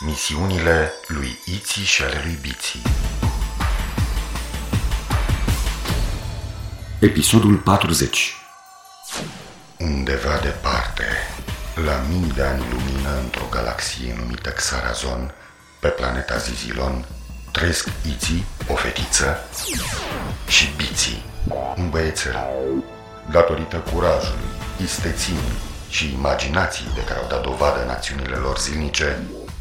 Misiunile lui Iții și ale lui Biții Episodul 40 Undeva departe, la mii de ani lumină într-o galaxie numită Xarazon, pe planeta Zizilon, trăiesc Iții, o fetiță, și Biții, un băiețel. Datorită curajului, isteții și imaginației de care au dat dovadă în acțiunile lor zilnice,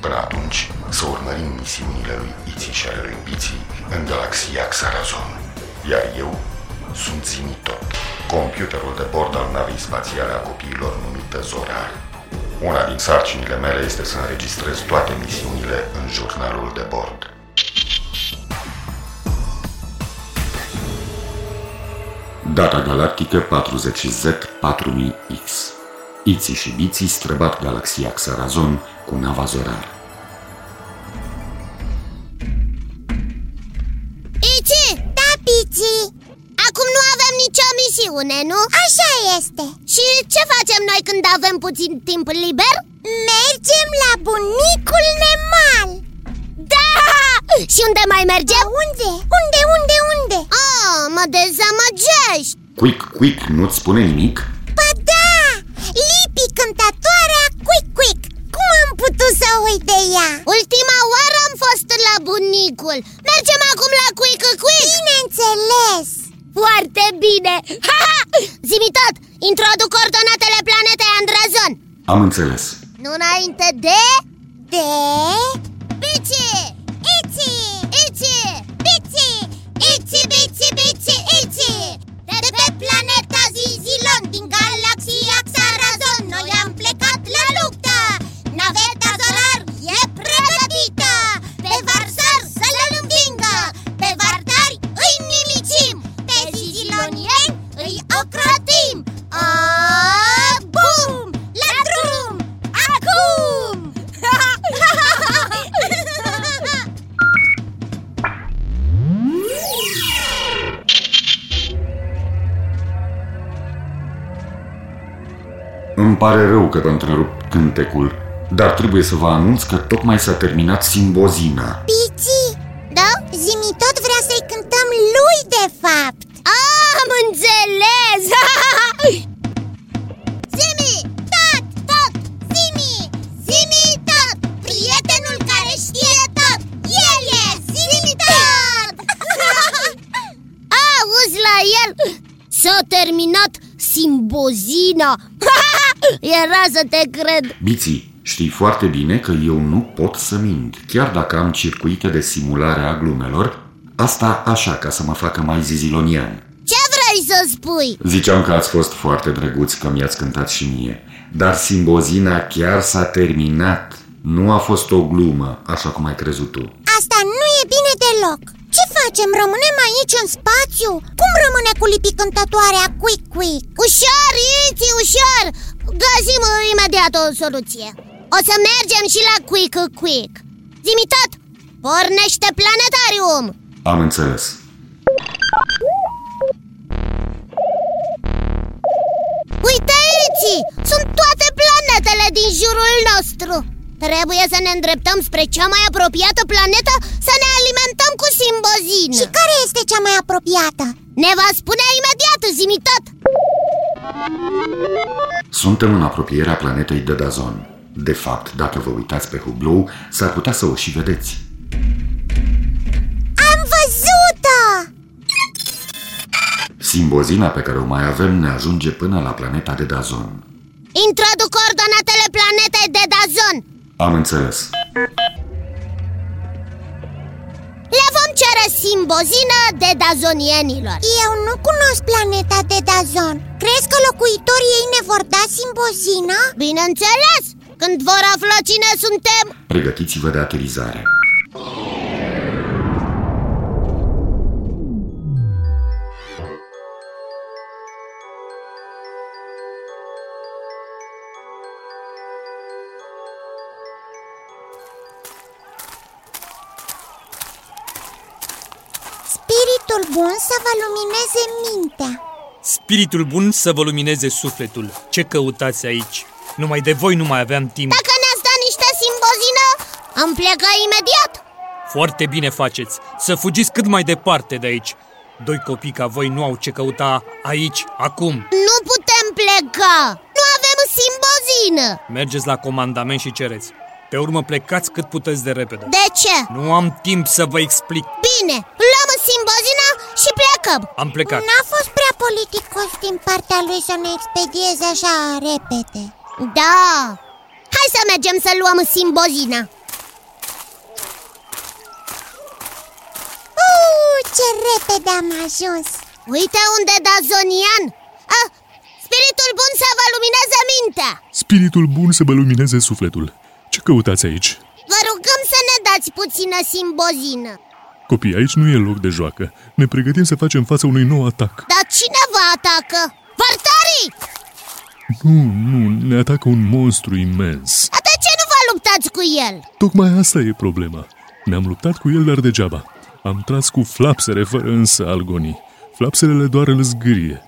Până atunci, să urmărim misiunile lui Iții și ale lui Biții în galaxia Xarazon. Iar eu sunt Zinitot, computerul de bord al navei spațiale a copiilor numită Zorar. Una din sarcinile mele este să înregistrez toate misiunile în jurnalul de bord. Data galactică 40Z4000X Iții și Biții străbat galaxia Xarazon cu nava Zorar. Ici, da, Pici Acum nu avem nicio misiune, nu? Așa este Și ce facem noi când avem puțin timp liber? Mergem la bunicul Nemal Da! Și unde mai mergem? La unde? Unde, unde, unde? Oh, mă dezamăgești Quick, quick, nu-ți spune nimic? Ba da! Lipi cântătoarea Quick Quick Cum am putut să uit de ea? Ultima oară am fost la bunicul Mergem acum la Quick Quick Bineînțeles! Foarte bine! Ha, ha! Zimi tot! Introduc coordonatele planetei Andrazon Am înțeles. Nu înainte de... De... Bici! Iți! Ici! Biți! Iți, biți, biți, iți! De pe planeta Zizilon din galaxia Xarazon Noi am plecat la luptă! Naveta Zorar e pregătită! Pe Varsar să le învingă! Pe Vardari îi nimicim! Pe Zizilonieni îi ocrotim! O, bum! La drum! Acum! Îmi pare rău că vă întrerup cântecul, dar trebuie să vă anunț că tocmai s-a terminat simbozina. Pici! Da? Zimi tot vrea să-i cântăm lui de fapt Am înțeles! Zimi, tot, tot, Zimi, Zimi tot Prietenul care știe tot, el e Zimi tot Auzi la el! S-a terminat simbozina! Era să te cred! Biții, știi foarte bine că eu nu pot să mint, chiar dacă am circuite de simulare a glumelor, asta așa ca să mă facă mai zizilonian. Ce vrei să spui? Ziceam că ați fost foarte drăguți că mi-ați cântat și mie, dar simbozina chiar s-a terminat. Nu a fost o glumă, așa cum ai crezut tu. Asta nu e bine deloc Ce facem? Rămânem aici în spațiu? Cum rămâne cu lipi cântătoarea Quick Quick? Ușor, Iți, ușor! Găsim imediat o soluție O să mergem și la Quick Quick Zimi tot, pornește planetarium! Am înțeles. Uite aici! Sunt toate planetele din jurul nostru! Trebuie să ne îndreptăm spre cea mai apropiată planetă să ne alimentăm cu simbozină Și care este cea mai apropiată? Ne va spune imediat, zimi tot! Suntem în apropierea planetei Dădazon. De fapt, dacă vă uitați pe hublou, s-ar putea să o și vedeți. Am văzut-o! Simbozina pe care o mai avem ne ajunge până la planeta Dădazon. Introduc coordonatele planetei de Dazon Am înțeles. Le vom cere simbozină de dazonienilor Eu nu cunosc planeta de Dazon Crezi că locuitorii ei ne vor da simbozina? Bineînțeles! Când vor afla cine suntem, Pregătiți-vă de aterizare. Spiritul bun să vă lumineze mintea Spiritul bun să vă lumineze sufletul. Ce căutați aici? Numai de voi nu mai aveam timp. Dacă ne-ați dat niște simbozină, am plecat imediat Foarte bine faceți. Să fugiți cât mai departe de aici. Doi copii ca voi nu au ce căuta aici, acum. Nu putem pleca Nu avem simbozină Mergeți la comandament și cereți. Pe urmă plecați cât puteți de repede. De ce? Nu am timp să vă explic. Bine, luăm simbozina și plecăm Am plecat. N-a fost prea politicos din partea lui să ne expedieze așa repede Da Hai să mergem să luăm simbozina Uuu, ce repede am ajuns Uite unde da Zonian ah, Spiritul bun să vă lumineze mintea Spiritul bun să vă lumineze sufletul. Ce căutați aici? Vă rugăm să ne dați puțină simbozină Copii, aici nu e loc de joacă. Ne pregătim să facem față unui nou atac. Dar cine vă atacă? Vartarii! Nu, nu, ne atacă un monstru imens. Dar de ce nu vă luptați cu el? Tocmai asta e problema. Ne-am luptat cu el, dar degeaba. Am tras cu flapsere fără însă algonii. Flapserele doar îl zgârie.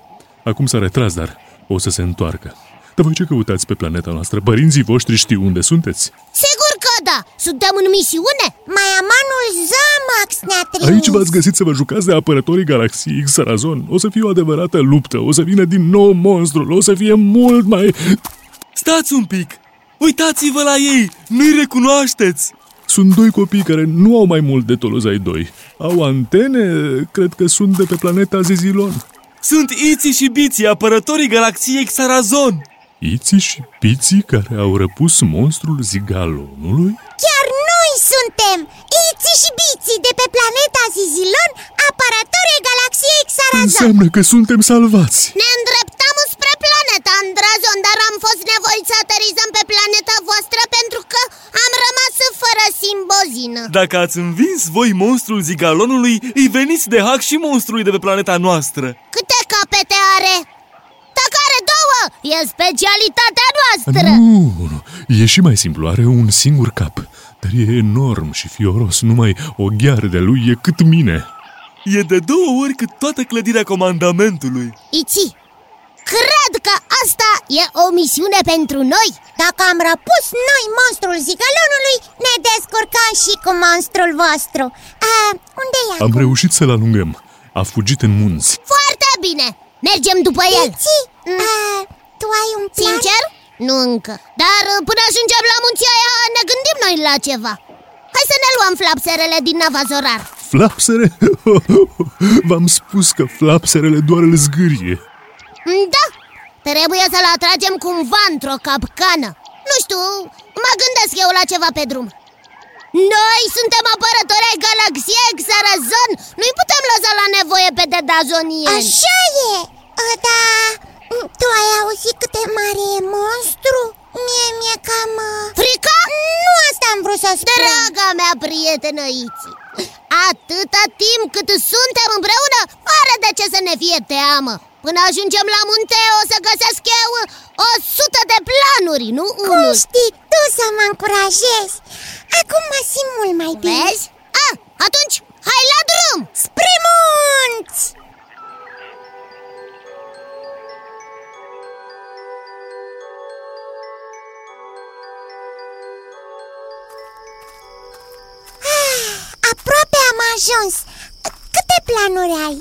Acum s-a retras, dar o să se întoarcă. Dar voi ce căutați pe planeta noastră? Părinții voștri știu unde sunteți? Sigur că da! Suntem în misiune! Mai amanul Zamax ne-a trimis Aici v-ați găsit să vă jucați de apărătorii galaxiei Xarazon. O să fie o adevărată luptă, o să vină din nou monstrul, o să fie mult mai... Stați un pic! Uitați-vă la ei! Nu-i recunoașteți! Sunt doi copii care nu au mai mult de Tolozai 2. Au antene, cred că sunt de pe planeta Zizilon. Sunt Iții și Biții, apărătorii galaxiei Xarazon! Iții și Piții care au răpus monstrul Zigalonului? Da, Chiar noi suntem Iții și Biții de pe planeta Zizilon Apărătorii galaxiei da. Xarazon Înseamnă că suntem salvați! Ne îndreptam spre planeta Andrazon, dar am fost nevoiți să aterizăm pe planeta voastră pentru că am rămas fără simbozină Dacă ați învins voi monstrul zigalonului, îi veniți de hack și monstrului de pe planeta noastră. Câte capete are? Dacă are două, e specialitatea noastră Nu, nu, e și mai simplu, are un singur cap. Dar e enorm și fioros, numai o gheară de lui e cât mine. E de două ori cât toată clădirea comandamentului. Ici, cred că asta e o misiune pentru noi Dacă am răpus noi monstrul zigălonului Ne descurcăm și cu monstrul vostru A, Unde e Am acum? reușit să-l alungăm. A fugit în munți. Foarte bine, mergem după el Mm. Iții, a, tu ai un plan? Sincer? Nu încă Dar uh, până ajungem la munții aia ne gândim noi la ceva Hai să ne luăm flapserele din nava Zorar Flapsere? V-am spus că flapserele doar îl zgârie. Da, trebuie să-l atragem cumva într-o capcană Nu știu, mă gândesc eu la ceva pe drum Noi suntem apărători ai galaxiei Xarazon Nu-i putem lăsa la nevoie pe dedazonieni Așa e, a, da Tu ai auzit cât de mare e monstru? Mie mi-e cam... a, Frica? Nu asta am vrut să spun Draga mea prietenă Iți Atâta timp cât suntem împreună, are de ce să ne fie teamă Până ajungem la munte o să găsesc eu o sută de planuri, nu Cum unul știi tu să mă încurajezi? Acum mă simt mult mai bine Vezi? Ah, atunci hai la drum! Spre munți! Ah, Aproape am ajuns Câte planuri ai?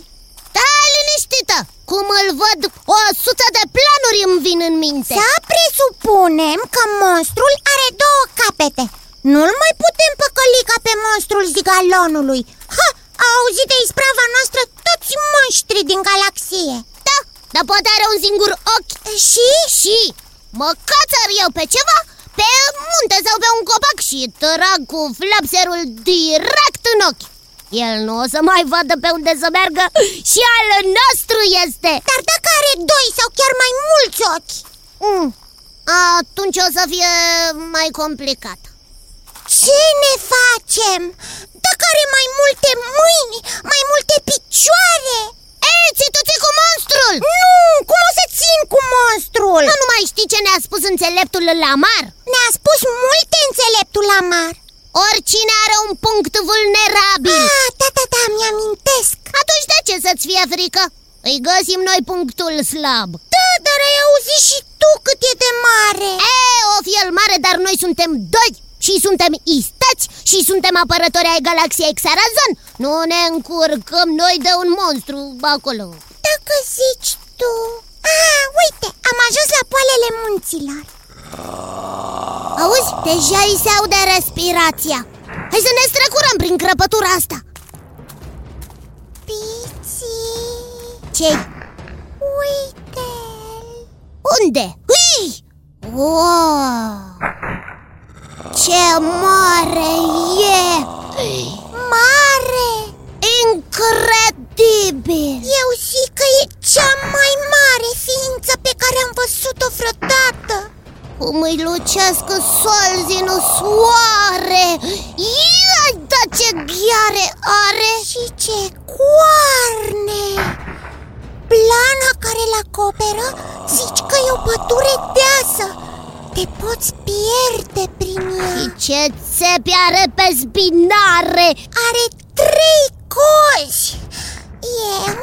Stai Da, liniștită! Cum îl văd, o sută de planuri îmi vin în minte Să Da, presupunem că monstrul are două capete Nu-l mai putem păcăli ca pe monstrul zigalonului Ha! A auzit de isprava noastră toți monștrii din galaxie Da, dar poate are un singur ochi Și? Și mă cațăr eu pe ceva, pe munte sau pe un copac și trag cu flapserul direct în ochi El nu o să mai vadă pe unde să meargă și al nostru este Dar dacă are doi sau chiar mai mulți ochi mm, Atunci o să fie mai complicat Ce ne facem? Dacă are mai multe mâini, mai multe picioare Ei, ții cu monstrul! Nu! Cum o să țin cu monstrul? Nu mai știi ce ne-a spus înțeleptul Lamar? Ne-a spus multe înțeleptul amar Oricine are un punct vulnerabil Ah, da, da, da, mi-amintesc Atunci de ce să-ți fie frică? Îi găsim noi punctul slab Da, dar ai auzit și tu cât e de mare E, o fi el mare, dar noi suntem doi și suntem isteți și suntem apărători ai galaxiei Xarazon Nu ne încurcăm noi de un monstru acolo Dacă zici tu Ah, uite, am ajuns la poalele munților Auzi, deja îi se aude respirația Hai să ne străcurăm prin crăpătura asta Piții, ce uite Unde? Ui! Oh! Ce mare e! Mare Incredibil! Eu zic că e cea mai mare ființă pe care am văzut-o vreodată Cum îi lucesc solzii în soare Ia, da ce ghiare are Și ce coarne! Plana care la acoperă zici că e o pădure deasă Te poți pierde prin ea Și ce țepi are pe spinare Are trei cozi Eu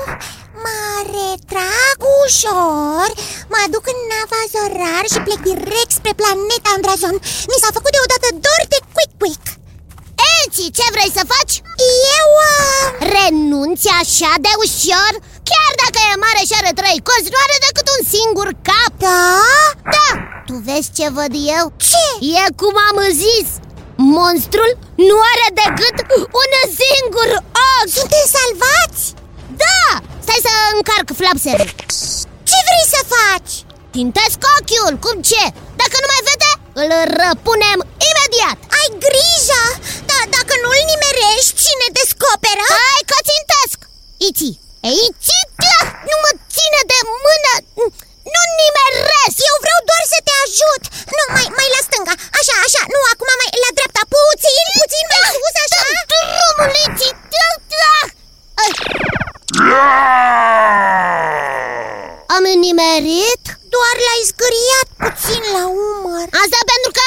mă retrag ușor Mă aduc în nava zorar și plec direct spre planeta Andrazon Mi s-a făcut deodată dor de quick-quick Elci, ce vrei să faci? Eu am... Renunți așa de ușor? Chiar dacă e mare și are trei cozi, nu are decât un singur cap Da? Da! Tu vezi ce văd eu? Ce? E cum am zis Monstrul nu are decât un singur ochi Suntem salvați? Da! Stai să încarc flapsele Ce vrei să faci? Tintesc ochiul, cum ce? Dacă nu mai vede, îl răpunem imediat Ai grijă! Da, dacă nu-l nimerești, cine descoperă? Hai că țintesc! Iți, iți, tia, nu mă ține de mână Nu nimeresc Eu vreau doar să te ajut! Nu, mai, mai la stânga, așa, așa, nu, acum mai la dreapta, puțin, puțin mai sus, așa Da, Drumul, Iți, tia, tia. Ai, Am nimerit? Doar l-ai zgâriat puțin la umăr Asta pentru că...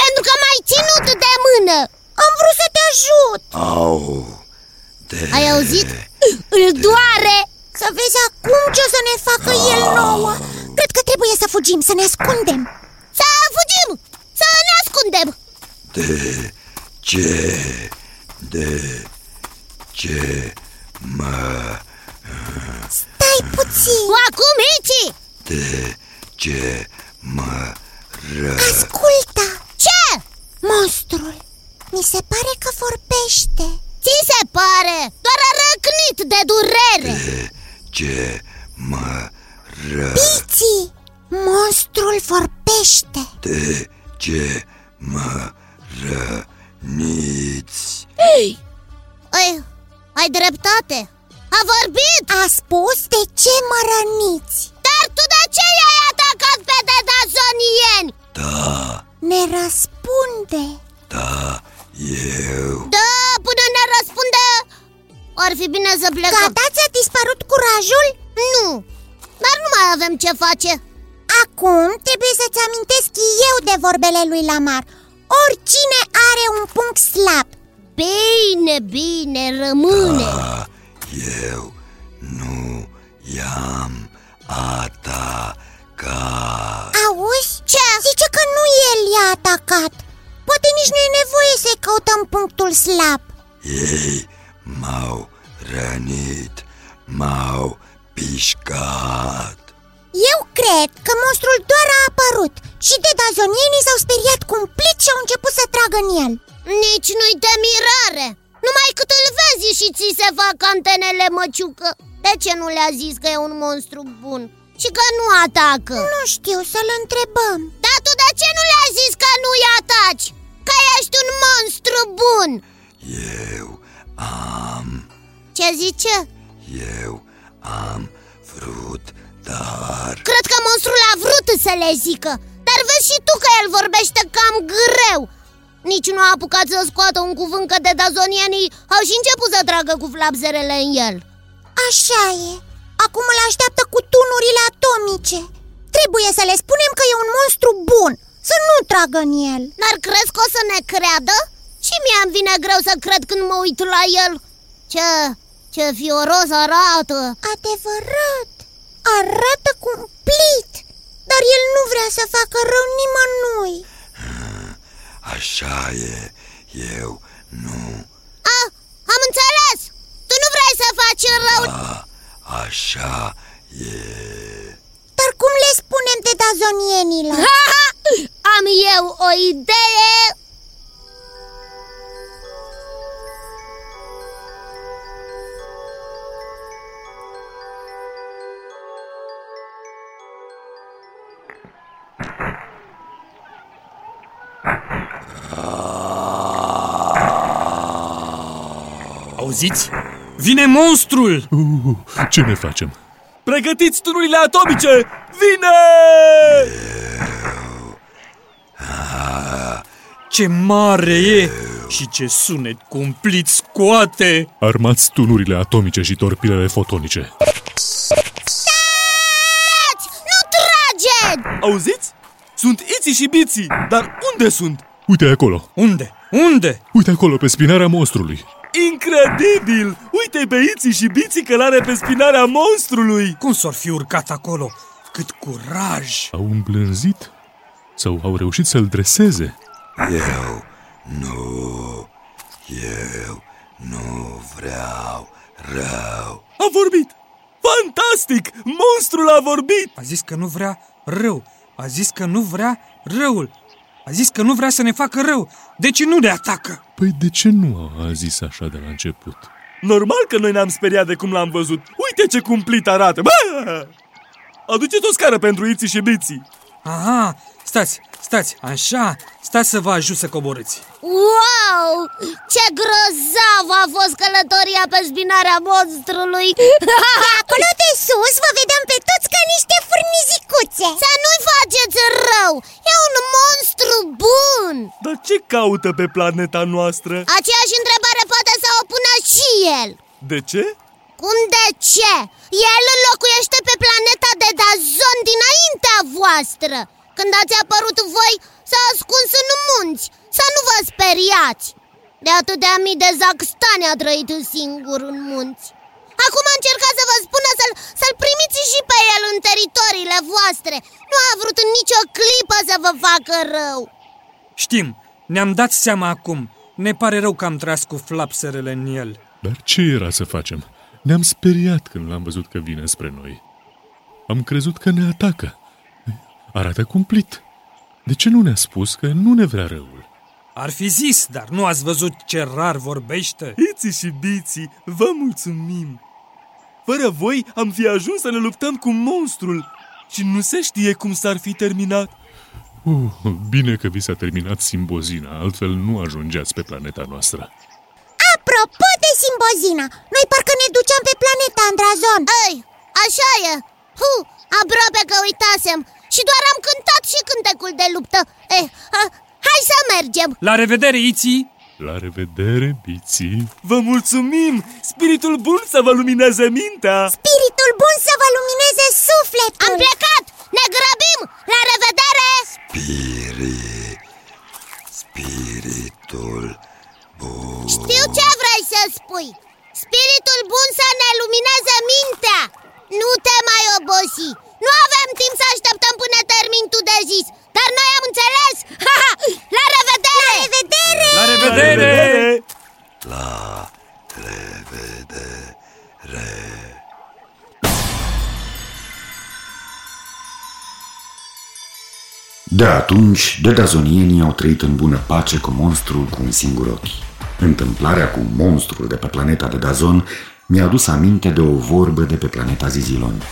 pentru că m-ai ținut de mână Am vrut să te ajut Au, Ai auzit? Îl doare! Să vezi acum ce o să ne facă el nouă Cred că trebuie să fugim, să ne ascundem Să fugim! Să ne ascundem! de ce, de ce mă, Stai puțin Acum, Ici! de ce mă ră... Ascultă! Ce? Monstrul! Mi se pare că vorbește Ți se pare? Doar a răcnit de durere! de ce mă ră... Piții! Monstrul vorbește de ce mă răniți. Ei, ai dreptate! A vorbit! A spus de ce mă răniți Dar tu de ce i-ai atacat pe dedazonieni? Da, Ne răspunde da, eu Da, până ne răspunde... Ar fi bine să plecăm Gata, ți-a dispărut curajul? Nu, dar nu mai avem ce face Acum trebuie să-ți amintesc eu de vorbele lui Lamar Oricine are un punct slab Bine, bine, rămâne Ah, Eu nu i-am atacat. Auzi? Ce? Zice că nu el i-a atacat Poate nici nu e nevoie să-i căutăm punctul slab Ei m-au rănit, m-au pișcat. Eu cred că monstrul doar a apărut Și de dazonienii s-au speriat cumplit și au început să tragă în el Nici nu-i de mirare Numai cât îl vezi și ți se fac antenele măciucă De ce nu le-a zis că e un monstru bun? Și că nu atacă Nu știu, să-l întrebăm Dar tu de ce nu le-a zis că nu-i ataci? Că ești un monstru bun Eu am, Ce zice? eu am vrut, dar Cred că monstrul a vrut să le zică Dar vezi și tu că el vorbește cam greu Nici nu a apucat să scoată un cuvânt Că de dazonienii au și început să tragă cu flapzerele în el Așa e Acum îl așteaptă cu tunurile atomice Trebuie să le spunem că e un monstru bun Să nu tragă în el Dar crezi că o să ne creadă? Și mie îmi vine greu să cred când mă uit la el Ce, Ce fioros arată! Adevărat! Arată cumplit! Dar el nu vrea să facă rău nimănui Așa e, eu nu, A, Ah, am înțeles! Tu nu vrei să faci rău! Ah, așa e. Dar cum le spunem de dazonienilor? Ha, ha! Am eu o idee! Auziți? Vine monstrul! Uh, ce ne facem? Pregătiți tunurile atomice! Vine! Ce mare e! Și ce sunet cumplit scoate! Armați tunurile atomice și torpilele fotonice. Stați! Nu trage! Auziți? Sunt iții și biții, dar unde sunt? Uite acolo, Unde? Unde? uite acolo pe spinarea monstrului. Incredibil! Uite pe iții și biții călare pe spinarea monstrului! Cum s-or fi urcat acolo? Cât curaj! Au îmblânzit? Sau au reușit să-l dreseze? Eu nu, eu nu vreau rău. A vorbit! Fantastic! Monstrul a vorbit! A zis că nu vrea rău. A zis că nu vrea răul. A zis că nu vrea să ne facă rău. Deci nu ne atacă. Păi de ce nu a zis așa de la început? Normal că noi ne-am speriat de cum l-am văzut. Uite ce cumplit arată! Bă! Aduceți o scară pentru iții și biții! Aha, stați, stați, așa, stați să vă ajut să coborâți. Wow! Ce grozav a fost călătoria pe spinarea monstrului! Acolo de sus vă vedem pe toți ca niște furnizicuțe Să nu-i faceți rău! E un monstru bun! Dar ce caută pe planeta noastră? Aceeași întrebare poate să o pună și el! De ce? Cum de ce? El locuiește pe planeta de Dazon dinaintea voastră Când ați apărut voi, s-a ascuns în munți Să nu vă speriați De atâtea mii de zacstani a trăit singur în munți Acum încerca să vă spună să-l, să-l primiți și pe el în teritoriile voastre Nu a vrut în nicio clipă să vă facă rău Știm, ne-am dat seama acum. Ne pare rău că am tras cu flapserele în el. Dar ce era să facem? Ne-am speriat când l-am văzut că vine spre noi. Am crezut că ne atacă. Arată cumplit. De ce nu ne-a spus că nu ne vrea răul? Ar fi zis, dar nu ați văzut ce rar vorbește? Iții și biții, vă mulțumim! Fără voi am fi ajuns să ne luptăm cu monstrul și nu se știe cum s-ar fi terminat. Uh, bine că vi s-a terminat simbozina, altfel nu ajungeați pe planeta noastră. Apropo de simbozina, noi parcă ne duceam pe planeta Andrazon Ei, așa e! Hu, aproape că uitasem Și doar am cântat și cântecul de luptă Eh, ha, hai să mergem! La revedere, Iții! La revedere, biții! Vă mulțumim! Spiritul bun să vă lumineze mintea! Spiritul bun să vă lumineze sufletul Am plecat! Ne grăbim! La revedere! Piri, spiritul bun. Știu ce vrei să spui Spiritul bun să ne lumineze mintea Nu te mai obosi Nu avem timp să așteptăm până termin tu de zis Dar noi am înțeles! Ha, ha! La revedere! La revedere! La revedere! La revedere. De atunci, dedazonienii au trăit în bună pace cu monstrul cu un singur ochi. Întâmplarea cu monstrul de pe planeta de Dazon mi-a adus aminte de o vorbă de pe planeta Zizilon.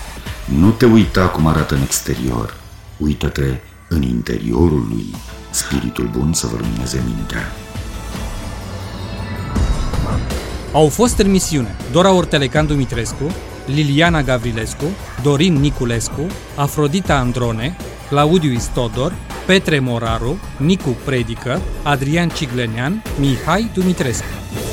Nu te uita cum arată în exterior, uită-te în interiorul lui. Spiritul bun să vă lumineze mintea. Au fost în misiune Dora Ortelecan Dumitrescu, Liliana Gavrilescu, Dorin Niculescu, Afrodita Androne, Claudiu Istodor, Petre Moraru, Nicu Predică, Adrian Ciglenean, Mihai Dumitrescu.